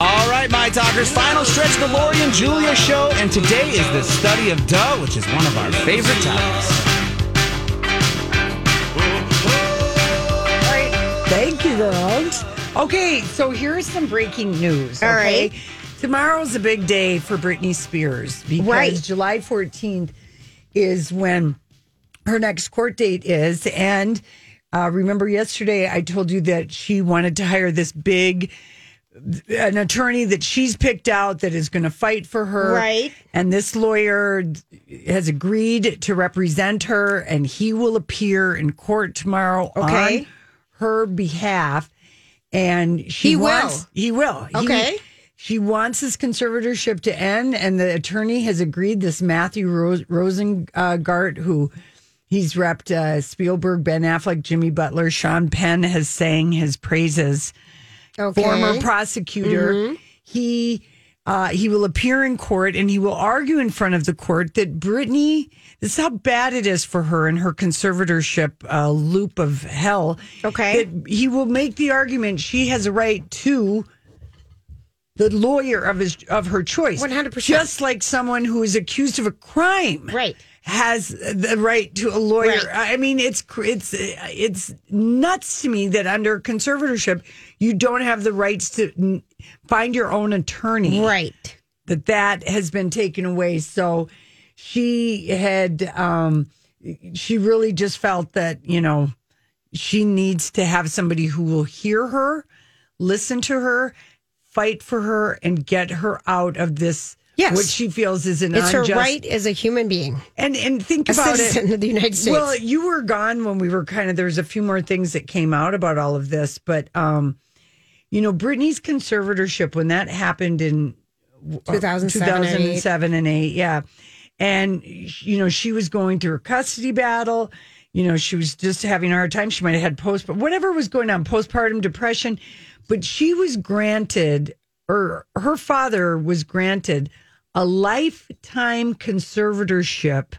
All right, my talkers, final stretch of the Lori and Julia show, and today is the study of duh, which is one of our favorite topics. Thank you, girls. Okay, so here's some breaking news. All okay? right. Tomorrow's a big day for Britney Spears because Right. July 14th is when her next court date is. And uh, remember, yesterday I told you that she wanted to hire this big an attorney that she's picked out that is going to fight for her. Right. And this lawyer has agreed to represent her, and he will appear in court tomorrow Okay. on her behalf. And she He will. wants, He will. He- Okay. she wants his conservatorship to end, and the attorney has agreed. This Matthew Ro- Rosengart, who he's repped uh, Spielberg, Ben Affleck, Jimmy Butler, Sean Penn, has sang his praises Okay. Mm-hmm. former prosecutor. He uh, he will appear in court and he will argue in front of the court that Brittany. This is how bad it is for her and her conservatorship uh, loop of hell. Okay. that he will make the argument she has a right to the lawyer of his of her choice, 100%. just like someone who is accused of a crime, Right. has the right to a lawyer. Right. I mean, it's cr- it's uh, it's nuts to me that under conservatorship you don't have the rights to n- find your own attorney. right. That that has been taken away. So she had um she really just felt that, you know, she needs to have somebody who will hear her, listen to her, fight for her and get her out of this Yes. what she feels is an It's her unjust right as a human being, and and think a about citizen it. of the United States. Well, you were gone when we were kind of there's a few more things that came out about all of this, but um, you know, Britney's conservatorship when that happened in uh, 2007 and eight. 2007 and 8, yeah. And you know, she was going through a custody battle. You know, she was just having a hard time. She might have had post, but whatever was going on, postpartum depression. But she was granted, or her father was granted, a lifetime conservatorship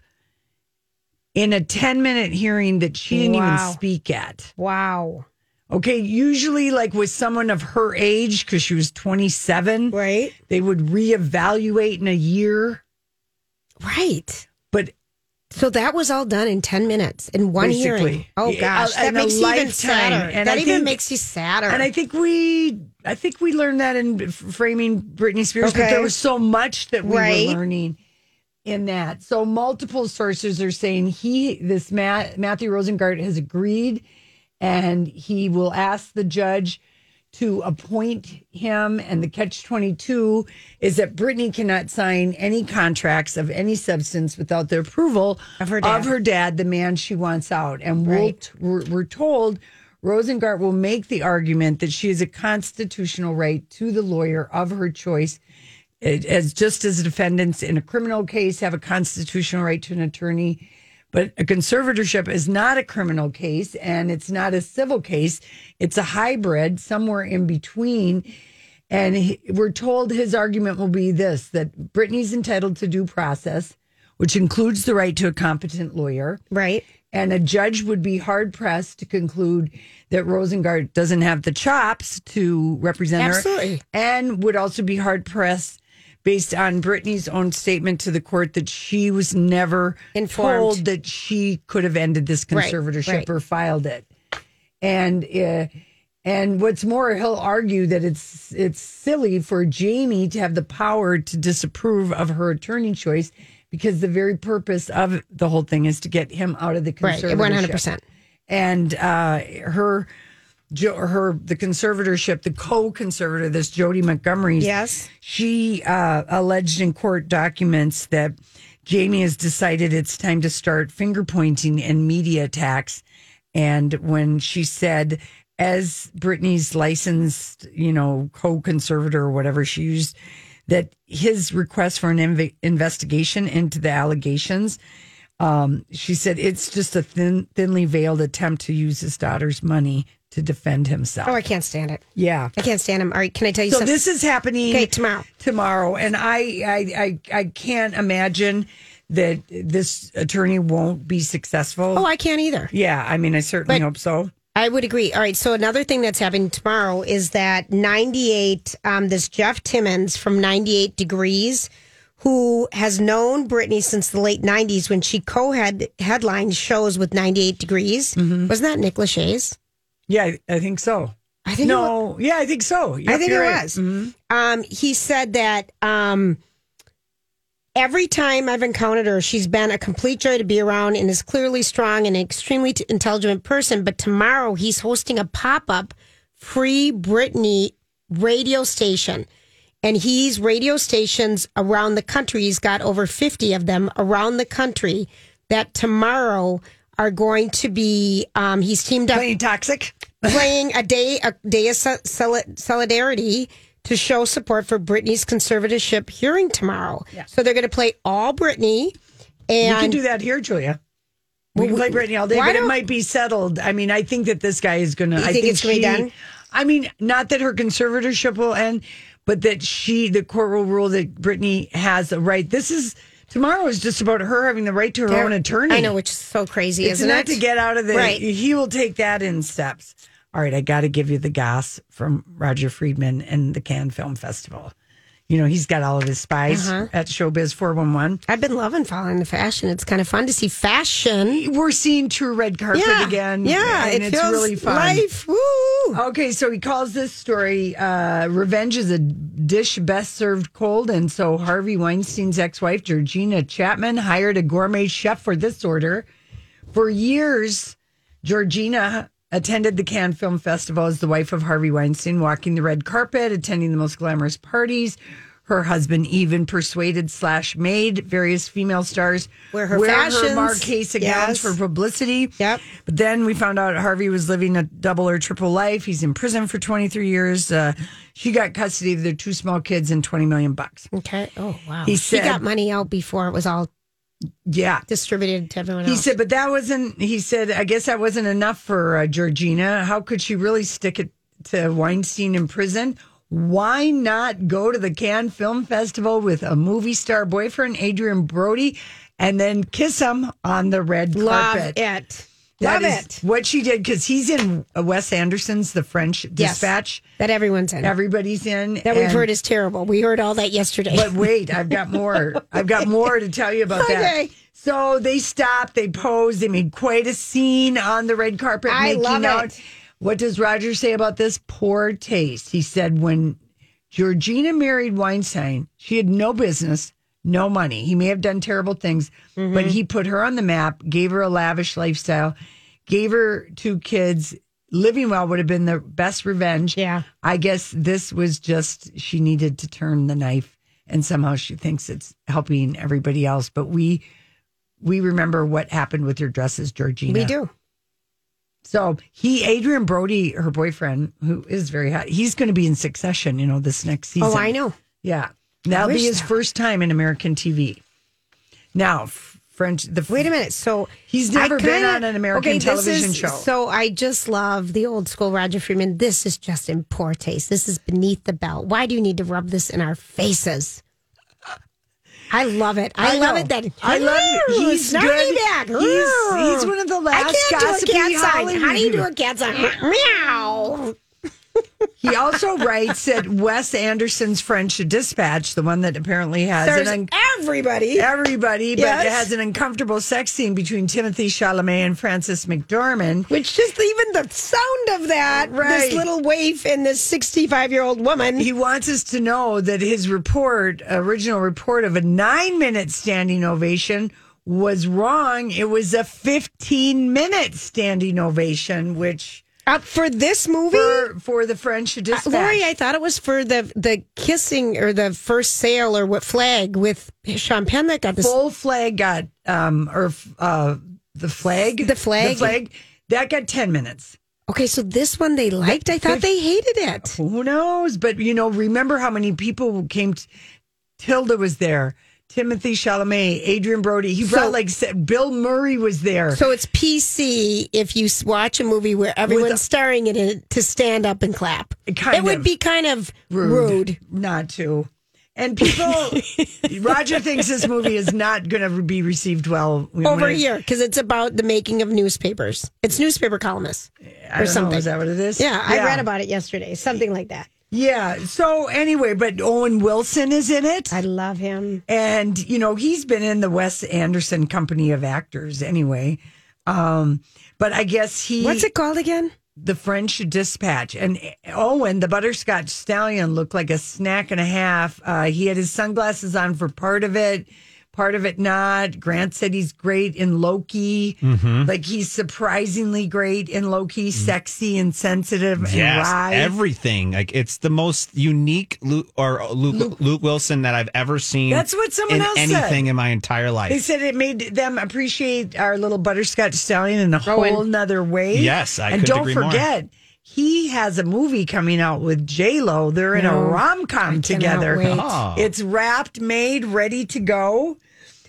in a 10 minute hearing that she didn't Wow. even speak at. wow. Okay. Usually, like with someone of her age, because she was 27, Right. they would reevaluate in a year. Right. But So that was all done in 10 minutes in one hearing. Basically. Oh, Yeah, gosh. that and a makes you even lifetime. sadder. And that I even think- makes you sadder. and I think we, I think we learned that in f- framing Britney Spears, but Okay. there was so much that we Right. were learning in that. So multiple sources are saying he, this Matt, Matthew Rosengart has agreed, and he will ask the judge to appoint him. And the catch twenty two is that Britney cannot sign any contracts of any substance without the approval Of her dad. of her dad, the man she wants out. And we'll- Right. we're, we're told Rosengart will make the argument that she has a constitutional right to the lawyer of her choice, eh, as just as defendants in a criminal case have a constitutional right to an attorney. But a conservatorship is not a criminal case and it's not a civil case. It's a hybrid somewhere in between. And he, we're told his argument will be this that Brittany's entitled to due process, which includes the right to a competent lawyer. right. And a judge would be hard pressed to conclude that Rosengart doesn't have the chops to represent Absolutely. her. And would also be hard pressed based on Brittany's own statement to the court that she was never Informed. told that she could have ended this Right, conservatorship right. or filed it. And uh, And what's more, he'll argue that it's it's silly for Jamie to have the power to disapprove of her attorney choice because the very purpose of the whole thing is to get him out of the Right, conservatorship. 100%. And uh, her, jo- her the conservatorship, the co-conservator, this Jody Montgomery. Yes. she uh, alleged in court documents that Jamie has decided it's time to start finger pointing and media attacks. And when she said, as Brittany's licensed, you know, co conservator or whatever she used, that his request for an inv- investigation into the allegations, um, she said it's just a thin, thinly veiled attempt to use his daughter's money to defend himself. Oh, I can't stand it. yeah. I can't stand him. All right, can I tell you So something? this is happening Okay, tomorrow. Tomorrow, and I, I, I, I can't imagine that this attorney won't be successful. oh, I can't either. yeah, I mean, I certainly hope so. I would agree. All right. So another thing that's happening tomorrow is that 98, um, this Jeff Timmons from 98 Degrees, who has known Britney since the late 90s when she co headlined shows with 98 Degrees. Wasn't that Nick Lachey's? Yeah, I, I think so. I think it no, yeah, I think so. I Yep, think it you're right. Mm-hmm. was. Um, he said that um, every time I've encountered her, she's been a complete joy to be around and is clearly strong and an extremely t- intelligent person. But tomorrow, he's hosting a pop up free Britney radio station. And he's radio stations around the country. He's got over 50 of them around the country that tomorrow are going to be, um, he's teamed up Playing toxic. playing a day a day of sol- sol- solidarity to show support for Britney's conservatorship hearing tomorrow. So they're going to play all Britney, We can and do that here, Julia. We can play Brittany all day, why but it don't- might be settled. I mean, I think that this guy is going to. I think it's gonna she- be done? I mean, not that her conservatorship will end, but that she, the court will rule that Brittany has a right. This is tomorrow is just about her having the right to her own attorney. I know, which is so crazy, It's isn't not it? to get out of the. Right. He will take that in steps. All right, I got to give you the goss from Roger Friedman and the Cannes Film Festival. You know, he's got all of his spies Uh-huh. at Showbiz 411. I've been loving following the fashion. It's kind of fun to see fashion. We're seeing true red carpet Yeah, again. yeah, and it it's feels really fun. Oh. life. Woo! Okay, so he calls this story uh, "Revenge is a dish best served cold," and so Harvey Weinstein's ex-wife Georgina Chapman hired a gourmet chef for this order. For years, Georgina attended the Cannes Film Festival as the wife of Harvey Weinstein, walking the red carpet, attending the most glamorous parties. Her husband even persuaded slash made various female stars Wear her fashions. Marquesa gowns Yes. for publicity. Yep. But then we found out Harvey was living a double or triple life. He's in prison for 23 years. Uh, she got custody of their two small kids and 20 million bucks. Okay. Oh wow. He He, said- got money out before it was all Yeah. distributed to everyone He else. said, but that wasn't, he said, I guess that wasn't enough for uh, Georgina. How could she really stick it to Weinstein in prison? Why not go to the Cannes Film Festival with a movie star boyfriend, Adrian Brody, and then kiss him on the red Love carpet? it. That Love is it. What she did, because he's in uh, Wes Anderson's The French Yes. Dispatch. That everyone's in. Everybody's in. that we've and- heard is terrible. We heard all that yesterday. But wait, I've got more. I've got more to tell you about that. Okay. So they stopped, they posed, they made quite a scene on the red carpet. I making love out. it. What does Roger say about this? Poor taste. He said when Georgina married Weinstein, she had no business, no money. He may have done terrible things, Mm-hmm. but he put her on the map, gave her a lavish lifestyle, gave her two kids. Living well would have been the best revenge. Yeah. I guess this was just she needed to turn the knife and somehow she thinks it's helping everybody else. But we we remember what happened with your dresses, Georgina. we do. So he, Adrian Brody, her boyfriend, who is very hot, he's going to be in succession, you know, this next season. Oh, I know. Yeah. That'll be wish his that- first time in American TV. Now, f- French, the Wait a minute. So He's never I been kinda- on an American this television is- show. So I just love the old school Roger Freeman. This is just in poor taste. This is beneath the belt. Why do you need to rub this in our faces? I love it. I, love know. it that I love it. Ooh, He's snarky good. Back. He's- Ooh. he's one of the last I can't do gossipy a cat sign. How do you do a Hollywood- cat sign? Meow. He also writes that Wes Anderson's French Dispatch, the one that apparently has There's an un- everybody. everybody, but it Yes. has an uncomfortable sex scene between Timothy Chalamet and Frances McDormand. Which just even the sound of that, Right. this little waif and this 65 year old woman. He wants us to know that his report, original report of a nine minute standing ovation, was wrong. It was a 15 minute standing ovation, which Uh, for this movie? for, for the French dispatch. Uh, Lori, I thought it was for the the kissing or the first sale or what flag with Sean Penn that got this. full flag got, um, or uh, the flag. The flag. The flag. That got 10 minutes. Okay, so this one they liked. I thought they hated it. Who knows? But, you know, remember how many people came. T- Tilda was there. Timothy Chalamet, Adrian Brody. He brought So- like Bill Murray was there. So it's PC if you s- watch a movie where everyone's starring in it to stand up and clap. Kind it would of be kind of rude. not to. And people, Roger thinks this movie is not going to be received well when- over when- here because it's about the making of newspapers. It's newspaper columnists I or don't know, something. is that what it is? yeah, I read about it yesterday. Something like that. Yeah. So anyway, but Owen Wilson is in it, I love him. and you know he's been in the Wes Anderson company of actors anyway. Um, but I guess he What's it called again? the French Dispatch. And Owen, the butterscotch stallion, looked like a snack and a half. Uh, he had his sunglasses on for part of it, part of it not. Grant said he's great in Loki. Like he's surprisingly great in Loki, sexy and sensitive and Yes, wry. everything. Like it's the most unique Luke or uh, Luke, Luke, Wilson that I've ever seen. That's what someone in else said. anything in my entire life. they said it made them appreciate our little butterscotch stallion in a Owen. whole nother way. Yes, I and couldn't don't agree more. forget, he has a movie coming out with J Lo. They're in a No, rom com together. wait. Oh. It's wrapped, made, ready to go.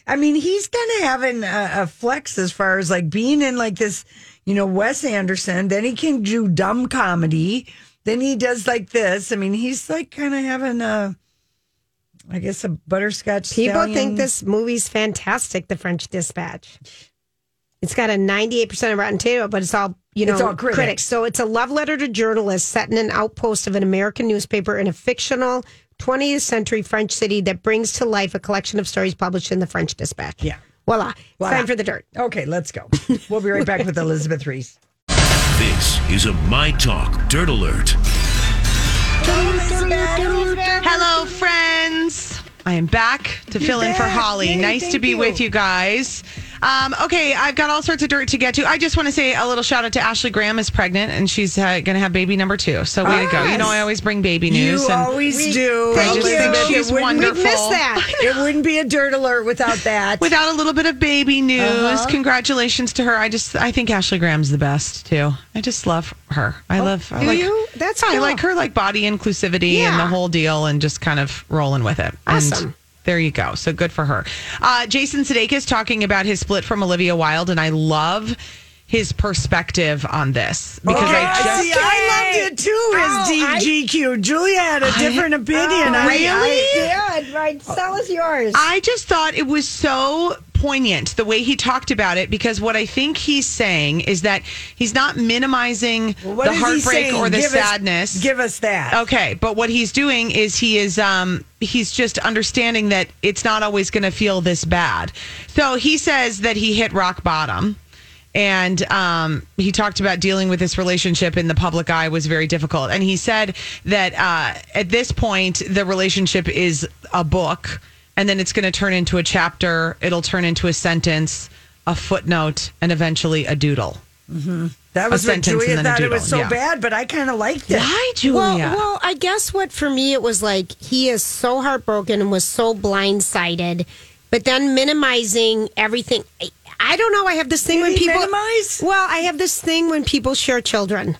I mean, he's kind of having a, a flex as far as like being in like this, you know, Wes Anderson. Then he can do dumb comedy. Then he does like this. I mean, he's like kind of having a, I guess, a butterscotch. People stallion. think this movie's fantastic, The French Dispatch. It's got a 98% of Rotten Tomato, but it's all, you know, It's all critics. So it's a love letter to journalists set in an outpost of an American newspaper in a fictional 20th century French city that brings to life a collection of stories published in The French Dispatch. Yeah. Voila. Voila. It's time for the dirt. Okay, let's go. We'll be right back with Elizabeth Reese. This is a My Talk Dirt Alert. Hello, friends. I am back to fill in for back. Holly. Yay, nice to thank be you. with you guys. Um, okay, I've got all sorts of dirt to get to. I just want to say a little shout out to Ashley Graham is pregnant and she's uh, going to have baby number two. So way to go. You know, I always bring baby news. You and always do. I just Thank think you. she's It wouldn't- wonderful. We'd miss that. It wouldn't be a dirt alert without that. Without a little bit of baby news, Uh-huh. congratulations to her. I just, I think Ashley Graham's the best too. I just love her. Oh, I love. I do like, you? That's I cool. like her like body inclusivity Yeah. and the whole deal, and just kind of rolling with it. Awesome. And there you go. So good for her. Uh, Jason Sudeikis talking about his split from Olivia Wilde, and I love his perspective on this because Okay, I just Oh, see, I loved it too. As DGQ, Julia had a different opinion. I- Really? I- Good, right. Sell us yours. I just thought it was so poignant the way he talked about it because what I think he's saying is that he's not minimizing what the is he heartbreak saying? or the Give us- sadness. Oh, give us that. Okay, but what he's doing is he is um he's just understanding that it's not always going to feel this bad. So he says that he hit rock bottom. And um, he talked about dealing with this relationship in the public eye was very difficult. And he said that uh, at this point, the relationship is a book, and then it's going to turn into a chapter. It'll turn into a sentence, a footnote, and eventually a doodle. That was A what sentence and Julia then a thought it was doodle, so yeah. bad, but I kind of liked it. Why, Julia? Well, well, I guess what for me it was like he is so heartbroken and was so blindsided, but then minimizing everything. I, I don't know. I have this thing Did when he people minimize? Well, I have this thing when people share children.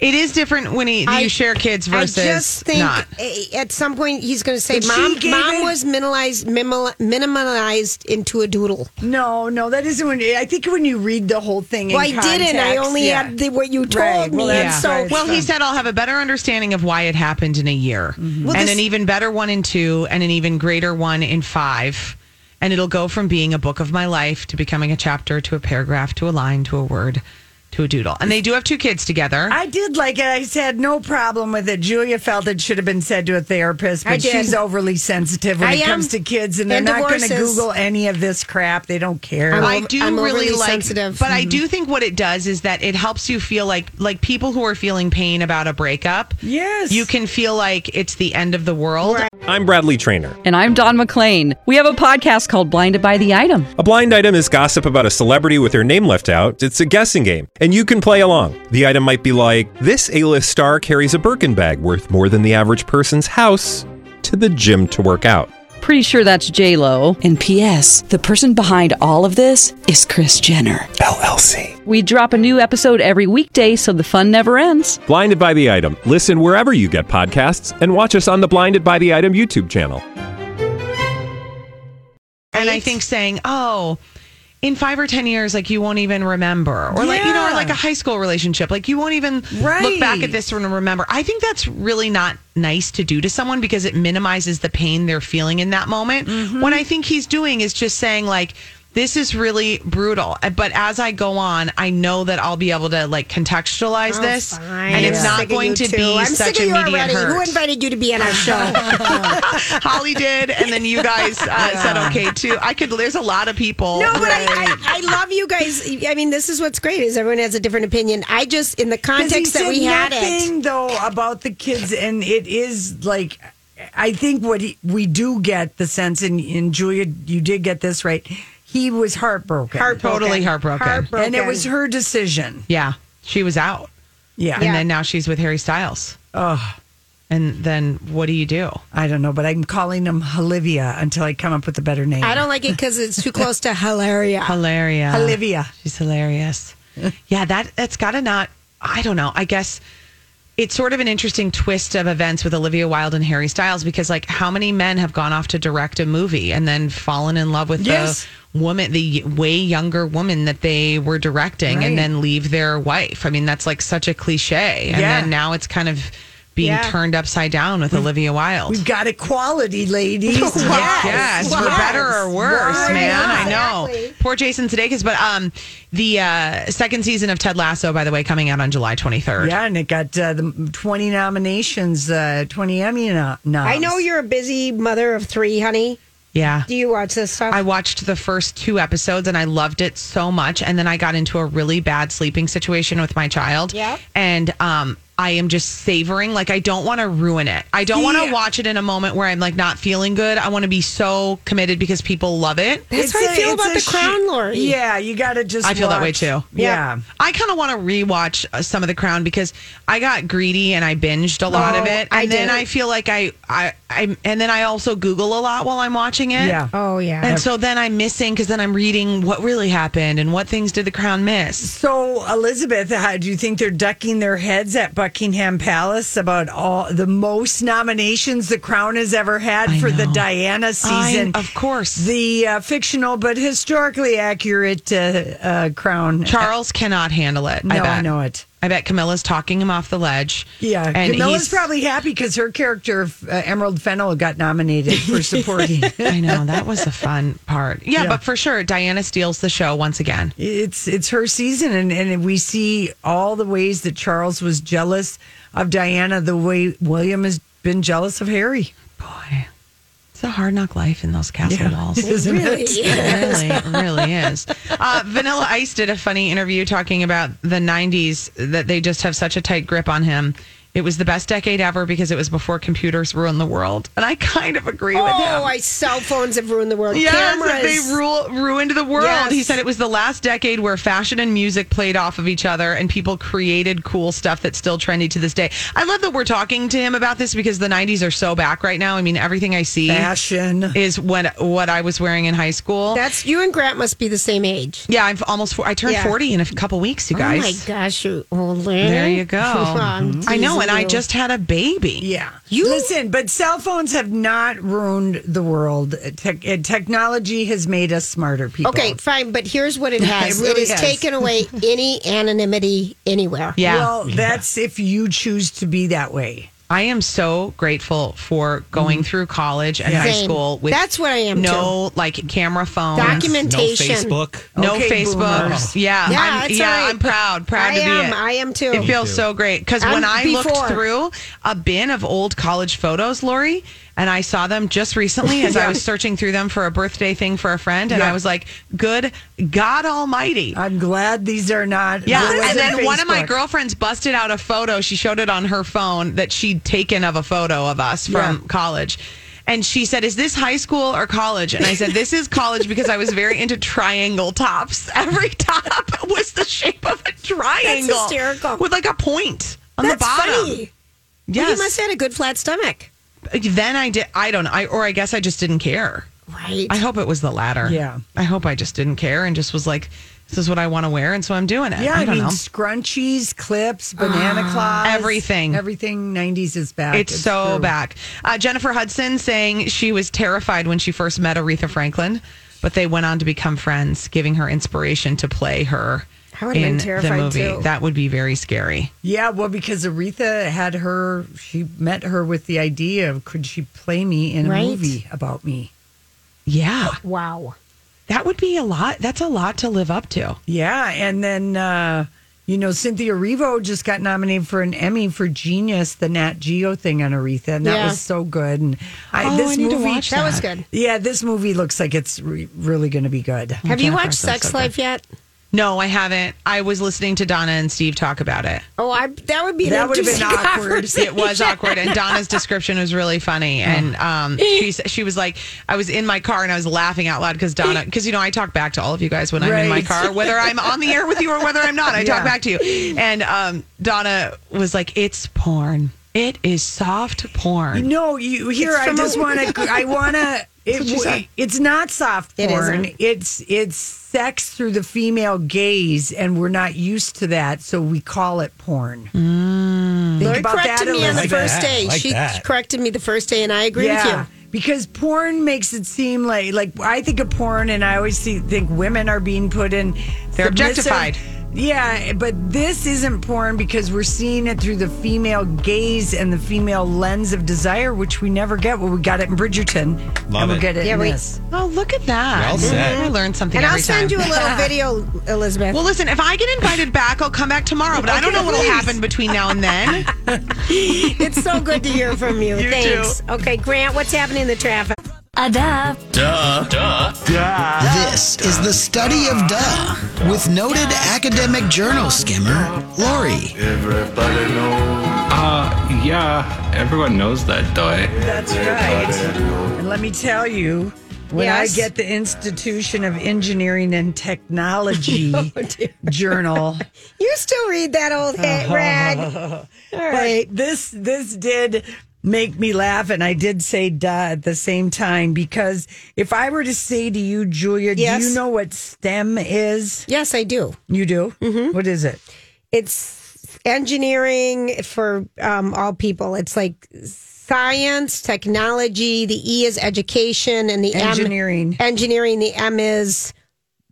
It is different when he, I- you share kids versus I just think not. a- at some point he's going to say, But she "Mom, gave mom it- was minimalized, minimal- minimalized into a doodle." No, no, that isn't when. I think when you read the whole thing. in Well, I didn't. I context, only yeah. had the, what you told Right, well, me. that's and Yeah. so, right. Well, he said I'll have a better understanding of why it happened in a year, and an even better one in two, and an even greater one in five, and it'll go from being a book of my life to becoming a chapter to a paragraph to a line to a word to a doodle. And they do have two kids together. I did like it. I had no problem with it. Julia felt it should have been said to a therapist, I but did. she's overly sensitive when I it am. comes to kids, and they're And not going to divorces. Google any of this crap. They don't care. I'm I ov- do I'm really overly like, sensitive. but I do think what it does is that it helps you feel like like people who are feeling pain about a breakup. Yes. you can feel like it's the end of the world. I'm Bradley Trainer. And I'm Don McClain. We have a podcast called Blinded by the Item. A blind item is gossip about a celebrity with their name left out. It's a guessing game, and you can play along. The item might be like this: A-list star carries a Birkin bag worth more than the average person's house to the gym to work out. Pretty sure that's J Lo. And P.S. The person behind all of this is Chris Jenner. LLC. We drop a new episode every weekday, so the fun never ends. Blinded by the item. Listen wherever you get podcasts, and watch us on the Blinded by the Item YouTube channel. And I think saying, "Oh, in 5 or 10 years like you won't even remember." Or like, you know, or Yeah. like a high school relationship, like you won't even look back Right. at this and remember. I think that's really not nice to do to someone because it minimizes the pain they're feeling in that moment. Mm-hmm. What I think he's doing is just saying like this is really brutal, uh, but as I go on, I know that I'll be able to like contextualize Oh, this, fine. and it's I'm not sick of going you to too. be I'm such sick of you immediate already. hurt. Who invited you to be on our show? Holly did, and then you guys uh, said okay too. I could. There's a lot of people. No, but I, I, I love you guys. I mean, this is what's great is everyone has a different opinion. I just in the 'Cause he context that said we had it. nothing, though about the kids, and it is like I think what he, we do get the sense, and, and Julia, you did get this right. He was heartbroken, Heartbroken. Totally heartbroken. Heartbroken. and it was her decision. yeah, she was out, Yeah. and then now she's with Harry Styles. Ugh. And then what do you do? I don't know, but I'm calling him Olivia until I come up with a better name. I don't like it because it's too close to hilaria. Hilarious. Olivia. She's hilarious. yeah, that that's got to not. I don't know. I guess it's sort of an interesting twist of events with Olivia Wilde and Harry Styles because, like, how many men have gone off to direct a movie and then fallen in love with Yes. the woman, the way younger woman that they were directing, Right. and then leave their wife? I mean, that's like such a cliche. And Yeah. then now it's kind of being Yeah. turned upside down with Olivia Wilde. We've got equality, ladies. yes. Yes, for better or worse, Why man. not? I know. Exactly. Poor Jason Sudeikis, but um, the uh, second season of Ted Lasso, by the way, coming out on July 23rd. Yeah, and it got uh, the 20 nominations, uh, 20 Emmy no- noms. I know you're a busy mother of three, honey. Yeah. Do you watch this stuff? I watched the first two episodes and I loved it so much. And then I got into a really bad sleeping situation with my child. Yep. And um, I am just savoring. Like, I don't want to ruin it. I don't want to watch it in a moment where I'm like not feeling good. I want to be so committed because people love it. That's how I feel it's about The Crown, Lori. Yeah, you got to just. I feel that way watch. too. Yeah. I kind of want to rewatch uh, some of The Crown because I got greedy and I binged a lot of Oh, it, and I then did. I feel like I, I I and then I also Google a lot while I'm watching it. Yeah. Oh yeah. And so then I'm missing because then I'm reading what really happened and what things did the crown miss. So, Elizabeth, how, do you think they're ducking their heads at Buckingham Palace about all the most nominations the Crown has ever had I for the know. Diana season? I- of course. The uh, fictional but historically accurate uh, uh, Crown. Charles cannot handle it. I no, bet. I know it. I bet Camilla's talking him off the ledge. Yeah, and Camilla's he's- probably happy because her character uh, Emerald Fennel got nominated for supporting. I know that was the fun part. Yeah, Yeah. but for sure, Diana steals the show once again. it's it's her season, and and we see all the ways that Charles was jealous of Diana, the way William has been jealous of Harry. Boy, it's a hard knock life in those castle walls. Isn't really? it? really, it really is. Uh, Vanilla Ice did a funny interview talking about the 90s, that they just have such a tight grip on him. It was the best decade ever because it was before computers ruined the world. And I kind of agree with him. Oh, I cell phones have ruined the world. Yes, Cameras. they rule, ruined the world. Yes. He said it was the last decade where fashion and music played off of each other and people created cool stuff that's still trendy to this day. I love that we're talking to him about this because the 90s are so back right now. I mean, everything I see Fashion. is what, what I was wearing in high school. That's you and Grant must be the same age. Yeah, I've almost four, I turned Yeah. 40 in a couple weeks, you Oh my guys. gosh, you oh, older. There you go. I'm I know, and teasing I you. just had a baby. Yeah. You- listen, but cell phones have not ruined the world. Tech, uh, technology has made us smarter people. Okay, fine, but here's what it has. It really has, has. taken away any anonymity anywhere. Yeah. Well, that's if you choose to be that way. I am so grateful for going through college and high Mm-hmm. Same. school with That's what I am, no like camera phones, Documentation. No Facebook. no Okay, Facebooks. boomers. Yeah, Yeah, I'm, it's yeah, all right. I'm proud, proud I to be am. it. I am too. It feels so great because when I'm- I looked before. through a bin of old college photos, Lori, and I saw them just recently as I was searching through them for a birthday thing for a friend, and I Yeah. was like, "Good God Almighty!" I'm glad these are not. Yeah, Rosen and then one of my Facebook. girlfriends busted out a photo. She showed it on her phone that she'd taken of a photo of us from Yeah. college. And she said, Is this high school or college? And I said, This is college because I was very into triangle tops. Every top was the shape of a triangle. hysterical. With like a point on That's the bottom. funny. Yes. You must have had a good flat stomach. then I did, I don't know. I, or I guess I just didn't care. Right. I hope it was the latter. Yeah. I hope I just didn't care and just was like, This is what I want to wear. And so I'm doing it. Yeah, I, don't mean know. Ah, scrunchies, clips, banana claws, everything. everything. Nineties is back. It's, so true. back. Uh, Jennifer Hudson saying she was terrified when she first met Aretha Franklin, but they went on to become friends, giving her inspiration to play her I would've been in the terrified, movie. too. That would be very scary. Yeah, well, because Aretha had her, she met her with the idea of could she play me in a Right. movie about me? Yeah, wow. that would be a lot. That's a lot to live up to. Yeah, and then uh, you know Cynthia Revo just got nominated for an Emmy for Genius, the Nat Geo thing on Aretha, and that Yeah. was so good. And I, Oh, this I need to movie, watch That was good. yeah, this movie looks like it's re- really going to be good. Have you Jennifer watched says Sex so good. Life yet? No, I haven't. I was listening to Donna and Steve talk about it. Oh, I that would be an That would've been interesting awkward. conversation. It was awkward, and Donna's description was really funny. And um, she s- she was like, I was in my car and I was laughing out loud because Donna, because you know I talk back to all of you guys when I'm in my Right. car, whether I'm on the air with you or whether I'm not, I talk Yeah. back to you. And um, Donna was like, "It's porn. It is soft porn." No, you here. It's I from a- just want to. I want to. It, she said. w- it's not soft It porn. isn't. it's it's sex through the female gaze, and we're not used to that, so we call it porn. Think Lori about corrected that, me on the Elizabeth. first that. day. Like she that. corrected me the first day, and I agree with you. Because porn makes it seem like like I think of porn and I always see, think women are being put in They're submissive- objectified. Yeah, but this isn't porn because we're seeing it through the female gaze and the female lens of desire, which we never get. Well, we got it in Bridgerton, Love and we'll it. get it Yeah, in we- this. Oh, look at that! Well said. I learned something. And I'll every send time. you a little video, Elizabeth. Well, listen, if I get invited back, I'll come back tomorrow, but I don't know what'll happen between now and then. it's so good to hear from you. You Thanks. Okay, Grant, what's happening in the traffic? This is the study of duh with noted academic journal skimmer Lori. Uh, yeah, everyone knows that, though. eh? That's right. And let me tell you, when Yes. I get the Institution of Engineering and Technology Oh, journal. You still read that old hit rag? All right. But this this did make me laugh and I did say duh at the same time because if I were to say to you, Julia, Yes. do you know what STEM is? Yes, I do. You do? Mm-hmm. What is it? It's engineering for um, all people. It's like science, technology. The E is education, and the Engineering. M, engineering. The M is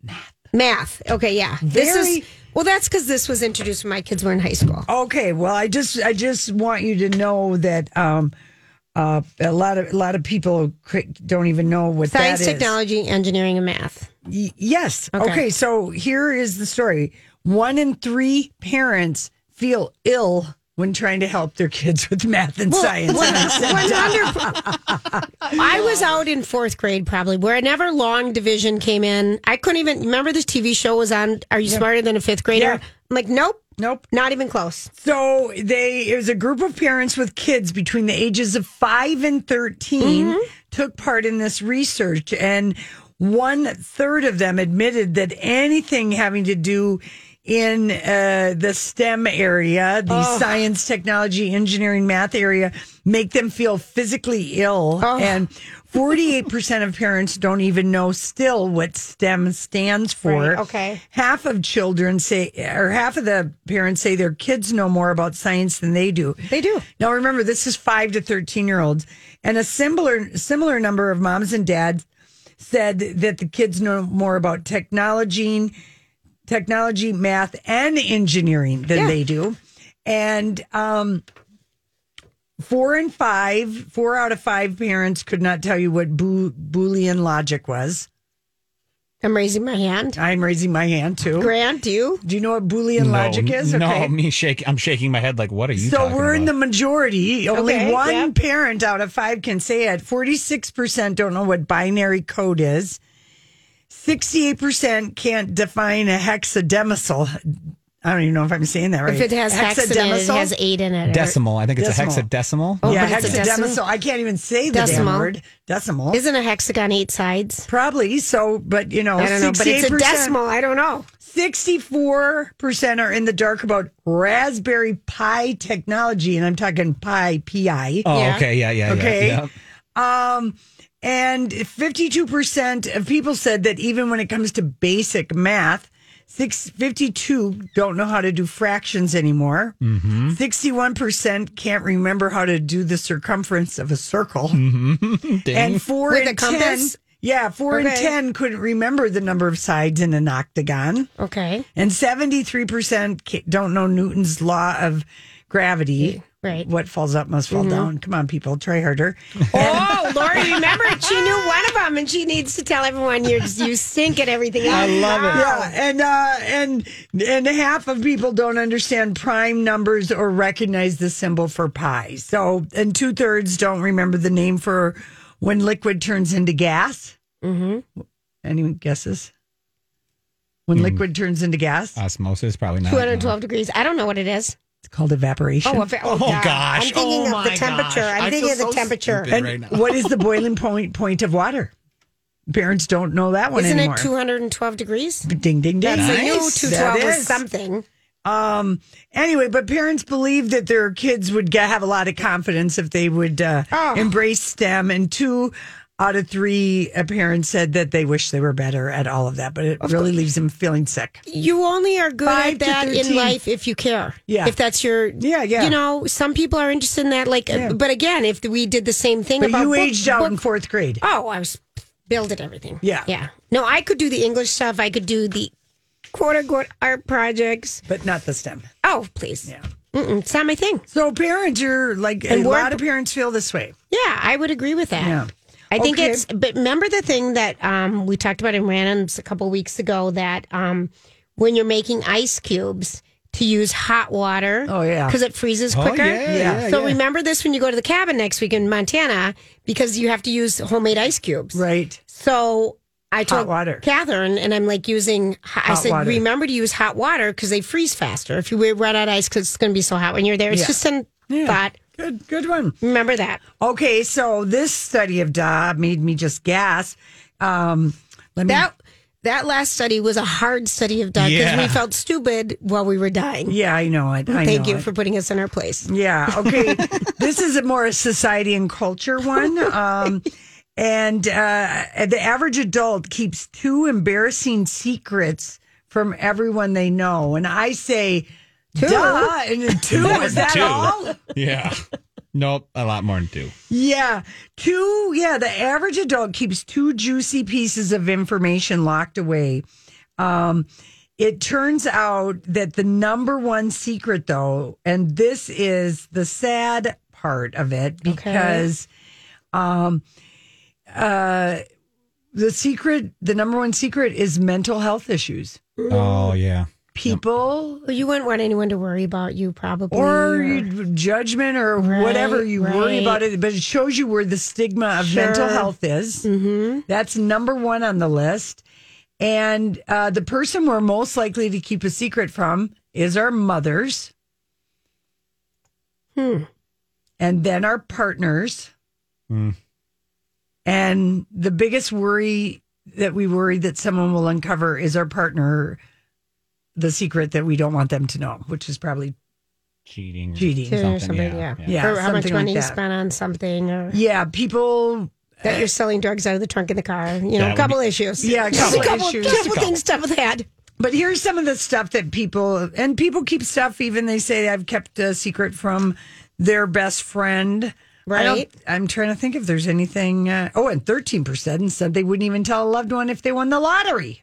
math. Math. Okay, yeah. This is Very- well. That's because this was introduced when my kids were in high school. Okay, well I just I just want you to know that um uh, a lot of a lot of people cr- don't even know what Science, that is. technology, engineering, and math. Y- yes. Okay. Okay. So here is the story. One in three parents feel ill when trying to help their kids with math and science. One- 100 I was out in fourth grade, probably wherever long division came in. I couldn't even remember this TV show was on. Are you smarter than a fifth grader? Yeah. I'm like, nope, Nope. not even close. So they it was a group of parents with kids between the ages of five and 13 Mm-hmm. took part in this research, and one third of them admitted that anything having to do in uh, the STEM area, the science, technology, engineering, math area, make them feel physically ill, and. 48% of parents don't even know still what STEM stands for. Right, okay. Half of children say, or half of the parents say their kids know more about science than they do. They do. Now remember, this is five to thirteen year olds, and a similar similar number of moms and dads said that the kids know more about technology, technology, math, and engineering than they do. And um, four and five, four out of five parents could not tell you what boo- Boolean logic was. I'm raising my hand. I'm raising my hand too. Grant, you? Do you know what Boolean logic is? No, me shake. I'm shaking my head like, what are you? So talking we're in the about? majority. Only Okay, one yep. parent out of five can say it. 46% don't know what binary code is. 68% can't define a hexadecimal. I don't even know if I'm saying that right. If it has hexadecimal, it has eight in it. or- decimal. I think it's a hexadecimal. Oh, yeah, but it's a hexadecimal. decimal? I can't even say the damn Decimal. word. Decimal. Isn't a hexagon eight sides? Probably so, but you know, I don't know, but it's a 68%. decimal. I don't know. 64% are in the dark about Raspberry Pi technology, and I'm talking Pi, P-I. Oh, Yeah. okay, yeah, yeah, yeah, Okay. yeah. Um, and 52% of people said that even when it comes to basic math, six, 52 don't know how to do fractions anymore. Mm-hmm. 61% can't remember how to do the circumference of a circle. Ding. And 4 With and a compass? 10 yeah, four and Okay. ten couldn't remember the number of sides in an octagon. Okay. And 73% ca- don't know Newton's law of gravity. Right. Mm-hmm. What falls up must fall down. Come on, people, try harder. Oh, Lori, remember she knew one of them, and she needs to tell everyone you're you stink at everything. Else. I love it. Yeah, and uh, and and half of people don't understand prime numbers or recognize the symbol for pi. So, and two thirds don't remember the name for when liquid turns into gas. Mm-hmm. Anyone guesses? When liquid turns into gas, Uh, Osmosis, probably not. Two hundred twelve degrees. I don't know what it is. it's called evaporation. Oh, a fa- Oh, God. gosh. I'm thinking Oh, of the my temperature. gosh. I I'm feel thinking of so the temperature. stupid. and right now. what is the boiling point point of water? Parents don't know that one Isn't anymore. it two hundred and twelve degrees? ding ding ding? That's a new Nice. two twelve That was is. something. Um. Anyway, but parents believe that their kids would get, have a lot of confidence if they would uh, Oh. embrace STEM, and two out of three uh, parents said that they wish they were better at all of that, but it really leaves them feeling sick. You only are good Five at to that in 13. life if you care. Yeah. If that's your. Yeah, yeah. You know, some people are interested in that. Like, uh, but again, if we did the same thing But about you book- aged out book- in fourth grade. Oh, I was build at everything. Yeah. Yeah. No, I could do the English stuff. I could do the quote unquote art projects. But not the STEM. Oh, please. Yeah. Mm-mm, it's not my thing. So parents are like And a we're- lot of parents feel this way. Yeah, I would agree with that. Yeah. I think Okay. it's, but remember the thing that um, we talked about in randoms a couple weeks ago that um, when you're making ice cubes, to use hot water. Oh, yeah. Because it freezes Oh, quicker. yeah, yeah, so yeah. remember this when you go to the cabin next week in Montana because you have to use homemade ice cubes. Right. So I told water. Catherine, and I'm like using. Hot, I Hot said, water. remember to use hot water because they freeze faster. If you wear run out ice, because it's going to be so hot when you're there. It's Yeah. just a Yeah. thought. Good. Good one. Remember that. Okay. So this study of Da made me just gasp. Um, let me. That that last study was a hard study of done because Yeah. we felt stupid while we were dying. yeah, I know it. I Thank know you it. for putting us in our place. Yeah. Okay. this is a more society and culture one. Um, and uh, the average adult keeps two embarrassing secrets from everyone they know. And I say, duh. And two, is that Two. all? Yeah. Nope. A lot more than two. Yeah. Two, yeah. The average adult keeps two juicy pieces of information locked away. Um, it turns out that the number one secret, though, and this is the sad part of it because um, uh, the secret, the number one secret is mental health issues. Oh yeah. People Well, you wouldn't want anyone to worry about you, probably. or you- judgment or whatever Right, you worry right. about it, but it shows you where the stigma of mental Sure. Mm-hmm. health is. That's number one on the list. And uh, the person we're most likely to keep a secret from is our mothers. And then our partners. Hmm. And the biggest worry that we worry that someone will uncover is our partner, the secret that we don't want them to know, which is probably Cheating. or Cheating. Or Cheating Something. something, yeah. yeah. Yeah, or how much something like money you that. spent on something, or Yeah, people. that you're selling drugs out of the trunk of the car. You know, That a would couple issues. Yeah, a just couple a couple, issues. couple Just a things stuff with that. But here's some of the stuff that people and people keep stuff. Even they say I've kept a secret from their best friend. I don't- Right. I'm trying to think if there's anything. Uh, oh, and 13 percent said they wouldn't even tell a loved one if they won the lottery.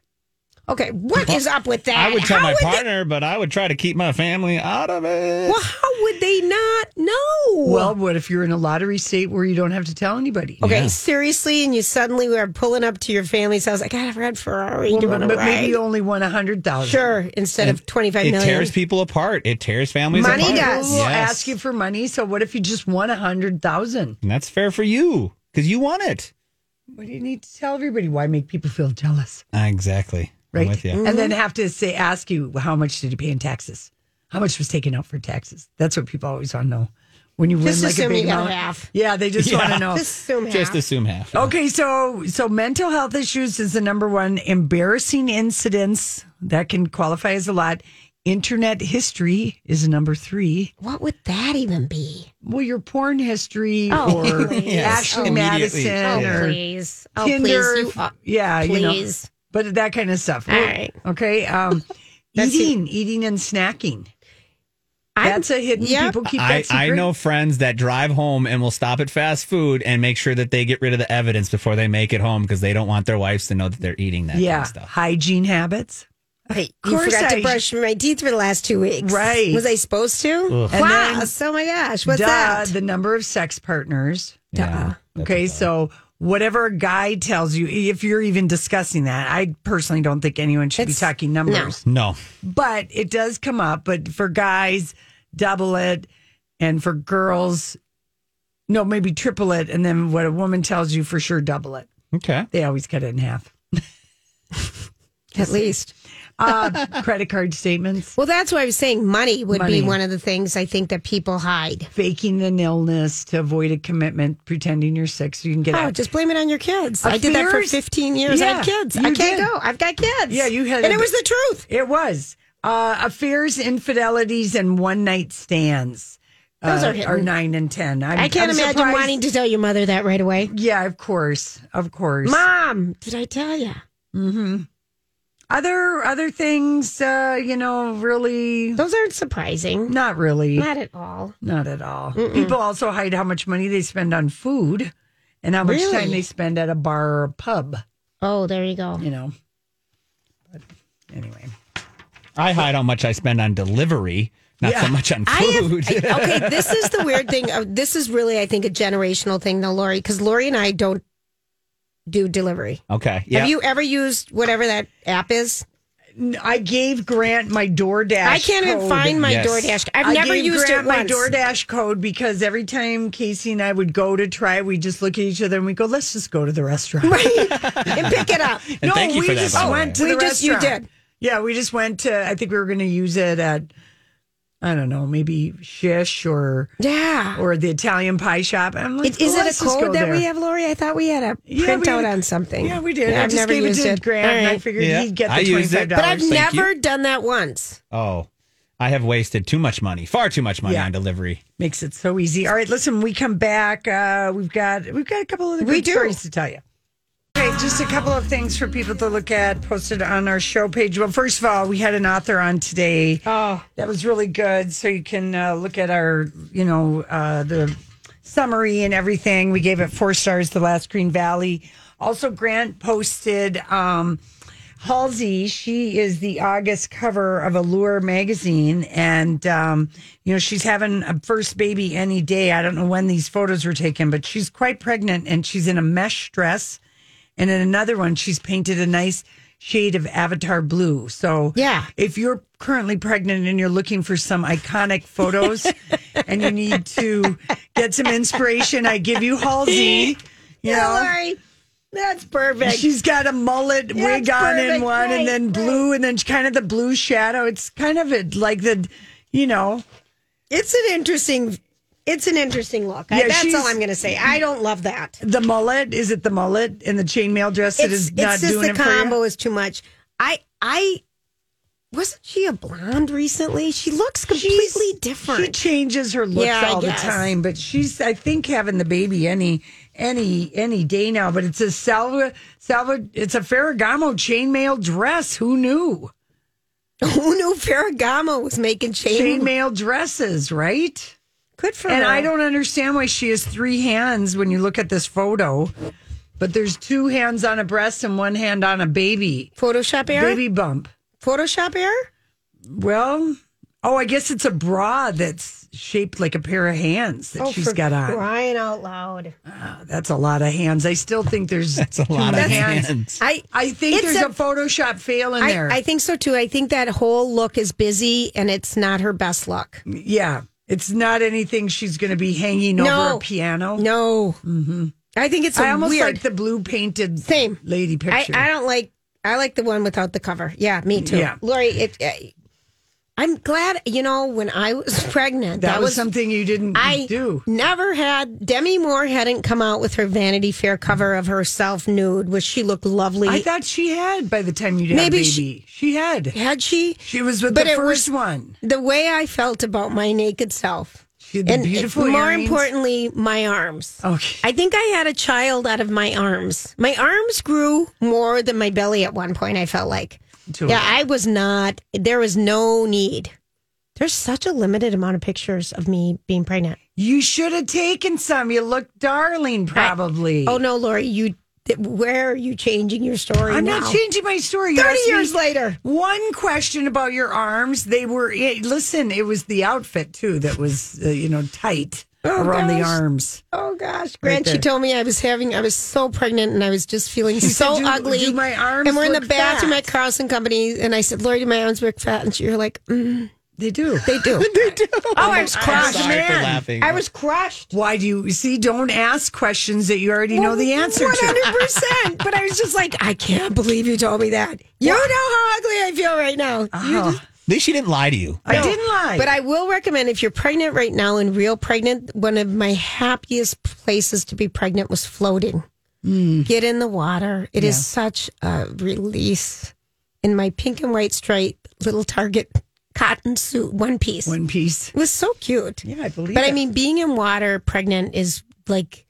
Okay, what is up with that? I would tell How my would they- partner, but I would try to keep my family out of it. well, how would they not know? Well, what if you're in a lottery state where you don't have to tell anybody? Okay, seriously, and you suddenly were pulling up to your family's house like, I have a red Ferrari. Well, do you want to but ride? maybe you only won a hundred thousand. Sure, instead of twenty five It million. tears people apart. It tears families Money apart. does. We'll Yes. ask you for money. So what if you just won a hundred thousand? And that's fair for you because you want it. What do you need to tell everybody? Why make people feel jealous? Ah, Exactly. I'm Right. with you. And Mm-hmm. then have to say ask you how much did you pay in taxes? How much was taken out for taxes? That's what people always want to know. When you win Just like a assume big you got amount. half. Yeah, they just want Yeah. to know. Just assume half. Just assume half. Okay, so so mental health issues is the number one embarrassing incidents that can qualify as a lot. Internet history is number three. what would that even be? Well, your porn history Oh, or please. Ashley Oh, Madison immediately. Oh, or please. Oh, Tinder. please, you- uh, yeah, you know, please. but that kind of stuff. All right. Okay. Um, That's eating, eating and snacking. I'm- That's a hidden. yeah. People keep that I, secret. I know friends that drive home and will stop at fast food and make sure that they get rid of the evidence before they make it home because they don't want their wives to know that they're eating that Yeah. kind of stuff. Hygiene habits. Wait, Of you course forgot I- to brush my teeth for the last two weeks. Right. Was I supposed to? Ugh. And wow. then- oh my gosh. What's Duh, that? The number of sex partners. Yeah, that's Okay, a- so whatever a guy tells you, if you're even discussing that, I personally don't think anyone should It's- be talking numbers. No. But it does come up. But for guys, double it, and for girls, no, maybe triple it, and then what a woman tells you for sure, double it. Okay. They always cut it in half. At least. Uh, credit card statements, Well, that's why I was saying money would Money. be one of the things I think that people hide. faking an illness to avoid a commitment, pretending you're sick so you can get Oh, out. just blame it on your kids. I did that for Affairs? 15 years. I Yeah, had kids. I you can't did. go. I've got kids. Yeah, you had And a- it was the truth. It was uh, affairs, infidelities, and one night stands. Those uh, are hidden. nine and ten. I'm, I can't I'm imagine surprised- wanting to tell your mother that right away. Yeah, of course, of course. Mom, did I tell you? Other other things, uh, you know, really Those aren't surprising. not really, not, Not at all. at all. People also hide how much money they spend on food and how much Really? time they spend at a bar or a pub. Oh, there you go. You know. But anyway, I hide how much I spend on delivery, not so much on I have, food. I- okay, this is the weird thing. Uh, This is really, I think, a generational thing, though, Lori, because Lori and I don't do delivery. okay. Yeah. Have you ever used whatever that app is? N- I gave Grant my DoorDash. I can't even code. find my Yes. DoorDash. I've I never gave used Grant it my once. DoorDash code because every time Casey and I would go to try, it, we just look at each other and we go, "Let's just go to the restaurant." and pick it up. And thank you we for that, just by the way. went to We the just- you restaurant. did. Yeah, we just went to. I think we were going to use it at, I don't know, maybe Shish or Yeah. or the Italian pie shop. I'm like, It, is "Well, it a let's just go code that we there." have, Lori? I thought we had a Yeah, we had- printout on something. Yeah, we did. I I've just never gave it used to it. Grant, All and I right. figured Yeah, he'd get the I twenty used five it. dollars. But I've Thank you. never done that once. oh, I have wasted too much money, far too much money Yeah. on delivery. Makes it so easy. All right, listen, we come back. Uh, we've got we've got a couple of We good do. stories to tell you. Okay, just a couple of things for people to look at posted on our show page. Well, first of all, we had an author on today. Oh, that was really good. So you can uh, look at our, you know, uh, the summary and everything. We gave it four stars. The Last Green Valley. Also, Grant posted. Um, Halsey, she is the August cover of Allure magazine, and um, you know she's having a first baby any day. I don't know when these photos were taken, but she's quite pregnant, and she's in a mesh dress. And in another one, she's painted a nice shade of avatar blue. So Yeah. if you're currently pregnant and you're looking for some iconic photos, and you need to get some inspiration, I give you Halsey. You know, Lori, that's perfect. She's got a mullet Yeah, wig it's on in perfect. one, Right, and then right. blue, and then kind of the blue shadow. It's kind of a, like the, you know, it's an interesting. It's an interesting look. I- Yeah, that's she's- all I'm going to say. I don't love that. the mullet. Is it the mullet and the chainmail dress that is not just doing the it combo for you? is too much. I I wasn't she a blonde recently? She looks completely She's- different. She changes her looks Yeah, I all the guess. time, but she's I think having the baby any any any day now. But it's a salva salva. It's a Ferragamo chainmail dress. Who knew? Who knew Ferragamo was making chain? Chainmail dresses, right? Good for And her. I don't understand why she has three hands when you look at this photo. But there's two hands on a breast and one hand on a baby. Photoshop air? Baby bump. Photoshop air? Well, oh, I guess it's a bra that's shaped like a pair of hands that Oh, she's for got on. Crying out loud. That's a lot of hands. I still think there's that's a lot of I, I think It's there's a, a- Photoshop fail in I, there. I think so too. I think that whole look is busy and it's not her best look. yeah. It's not anything she's going to be hanging over No. a piano. No. Mm-hmm. I think it's a I almost weird. like the blue painted Same. lady I, picture. I don't like. I like the one without the cover. Yeah, me too. Yeah. Lori, it, I, I'm glad. You know, when I was pregnant, that, was, something you didn't I do. never had. Demi Moore hadn't come out with her Vanity Fair cover of herself nude, which she looked lovely. I thought she had by the time you'd had Maybe baby. She, she- had. had she? She was with But the it first was- one. The way I felt about my naked self. She had the and beautiful more earrings. importantly, my arms. Okay. I think I had a child out of my arms. My arms grew more than my belly at one point, I felt like. To yeah, it. I was not, there was no need. There's such a limited amount of pictures of me being pregnant. You should have taken some. You look darling, probably. Oh no, Lori, you, th- where are you changing your story I'm now? not changing my story. You 30 asked me years later. One question about your arms. They were, eh, listen, it was the outfit too that was, uh, you know, tight Oh, around the gosh. arms. Oh gosh, Right Grant, she there. told me I was having, I was so pregnant and I was just feeling She so said, "Do- ugly. do my arms and we're in the look bathroom fat?" at Carlson Company, and I said, "Lori, do my arms look fat?" And you're like, mm, They do. "They do." they do. Oh, I was Cross crushed. sorry for man. laughing. I was crushed. Why do you you see? Don't ask questions that you already know the answer One to. hundred percent. But I was just like, I can't believe you told me that. You know how ugly I feel right now. You Oh, just- At least she didn't lie to you. I didn't lie. But I will recommend if you're pregnant right now and real pregnant, one of my happiest places to be pregnant was floating. Get in the water. It is such a release. In my pink and white striped little Target cotton suit, one piece. one piece. It was so cute. Yeah, I believe. but I it. mean, being in water pregnant is like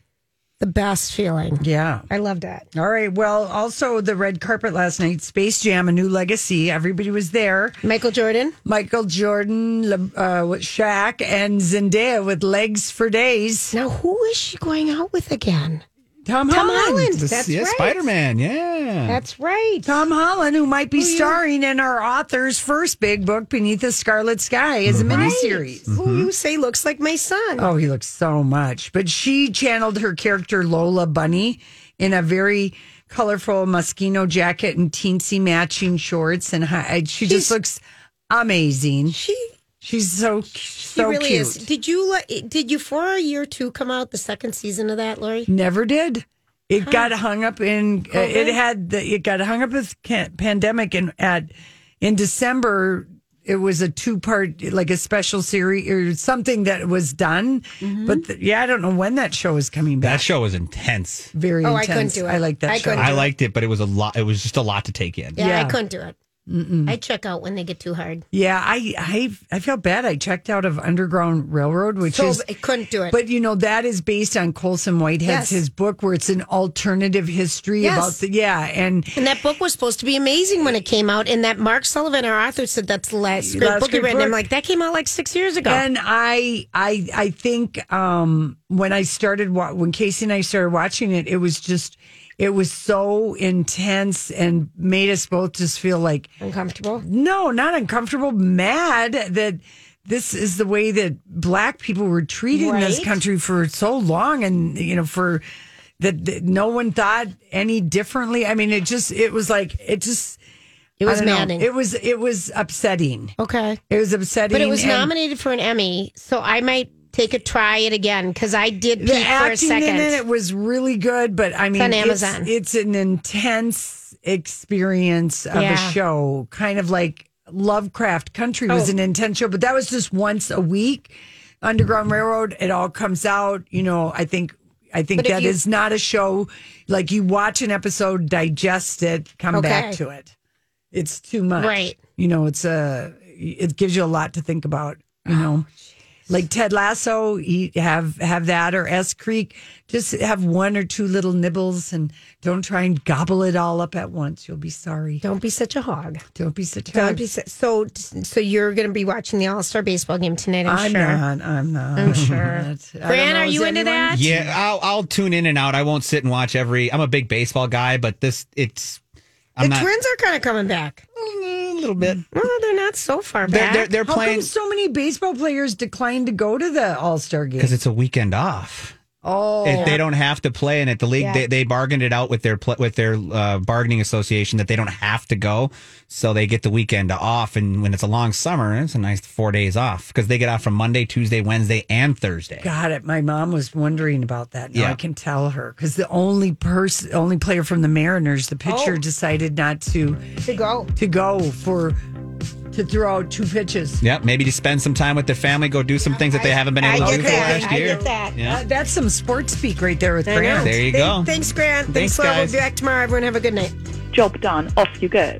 the best feeling. yeah. I love that. All right. Well, also the red carpet last night, Space Jam, A New Legacy. Everybody was there. Michael Jordan. Michael Jordan, Le- uh, with Shaq, and Zendaya with legs for days. Now, who is she going out with again? Tom, Tom Holland. Holland. That's yeah, right. Spider Man. Yeah. That's right. Tom Holland, who might be starring in our author's first big book, Beneath the Scarlet Sky, as a miniseries. Who you say looks like my son. Mm-hmm. Oh, he looks so much. But she channeled her character Lola Bunny in a very colorful Moschino jacket and teensy matching shorts, and hi- she just She's- looks amazing. She She's so She so really cute. is. Did you li- did Euphoria Year Two come out the second season of that, Lori? Never did. It got hung up in Oh, uh, it COVID? had the, it got hung up with can- pandemic and at in December it was a two part like a special series or something that was done. Mm-hmm. But th- yeah, I don't know when that show is coming back. That show was intense. Very Oh, I intense. couldn't do it. I like that I show. couldn't I liked it, but it was a lot. It was just a lot to take in. Yeah, Yeah. I couldn't do it. I check out when they get too hard. Yeah, I I I felt bad. I checked out of Underground Railroad, which So is I couldn't do it. But you know that is based on Colson Whitehead's Yes. his book, where it's an alternative history Yes. about the yeah and and that book was supposed to be amazing when it came out. And that Mark Sullivan, our author, said that's the last great Last book he great read. And I'm book. like, that came out like six years ago. And I, I, I think um, when I started wa- when Casey and I started watching it, it was just, it was so intense and made us both just feel like, Uncomfortable. no, not uncomfortable, mad that this is the way that black people were treated in this Right. country for so long, and you know for. That, that no one thought any differently. I mean, it just, it was like, it just, It I was don't know. maddening. It was, it was upsetting. okay, It was upsetting. but it was and- nominated for an Emmy, so I might take a try it again because I did the peek for a acting in second. it, it was really good, but I mean, on Amazon. It's, an intense experience of a Yeah. show, kind of like Lovecraft Country was Oh. an intense show, but that was just once a week. Underground Railroad, it all comes out. You know, I think. I think But if that is you- not a show like you watch an episode, digest it, come back Okay. to it. It's too much, Right. You know, it's a it gives you a lot to think about. You know, like Ted Lasso, eat, have have that or S Creek. Just have one or two little nibbles and don't try and gobble it all up at once. You'll be sorry. Don't be such a hog. Don't be such a Don't hog. be so. So, so you're going to be watching the All Star baseball game tonight? I'm, I'm sure. not. I'm not. I'm sure. I don't Fran, know, are is you into anyone? that? Yeah, I'll, I'll tune in and out. I won't sit and watch every. I'm a big baseball guy, but this it's. I'm the not. Mm, Twins are kind of coming back. A little bit. Well, they're not so far They're- back. they're- they're How playing- come so many baseball players decline to go to the All Star game? because it's a weekend off. oh, If they don't have to play, and at the league, Yeah. they, they bargained it out with their pl- with their uh, bargaining association that they don't have to go, so they get the weekend off. And when it's a long summer, it's a nice four days off because they get off from Monday, Tuesday, Wednesday, and Thursday. Got it. My mom was wondering about that. Now Yeah. I can tell her because the only person, only player from the Mariners, the pitcher, Oh. decided not to to go. to go for to throw out two pitches. Yep, maybe to spend some time with their family, go do some things that they haven't been able to do for the last year. Yeah. Uh, that's some sports speak right there with I know. Grant. There you go. Thank- Thanks, Grant. Thanks, Thanks, Laura. We'll guys. be back tomorrow. Everyone, have a good night. Job done. Off you go.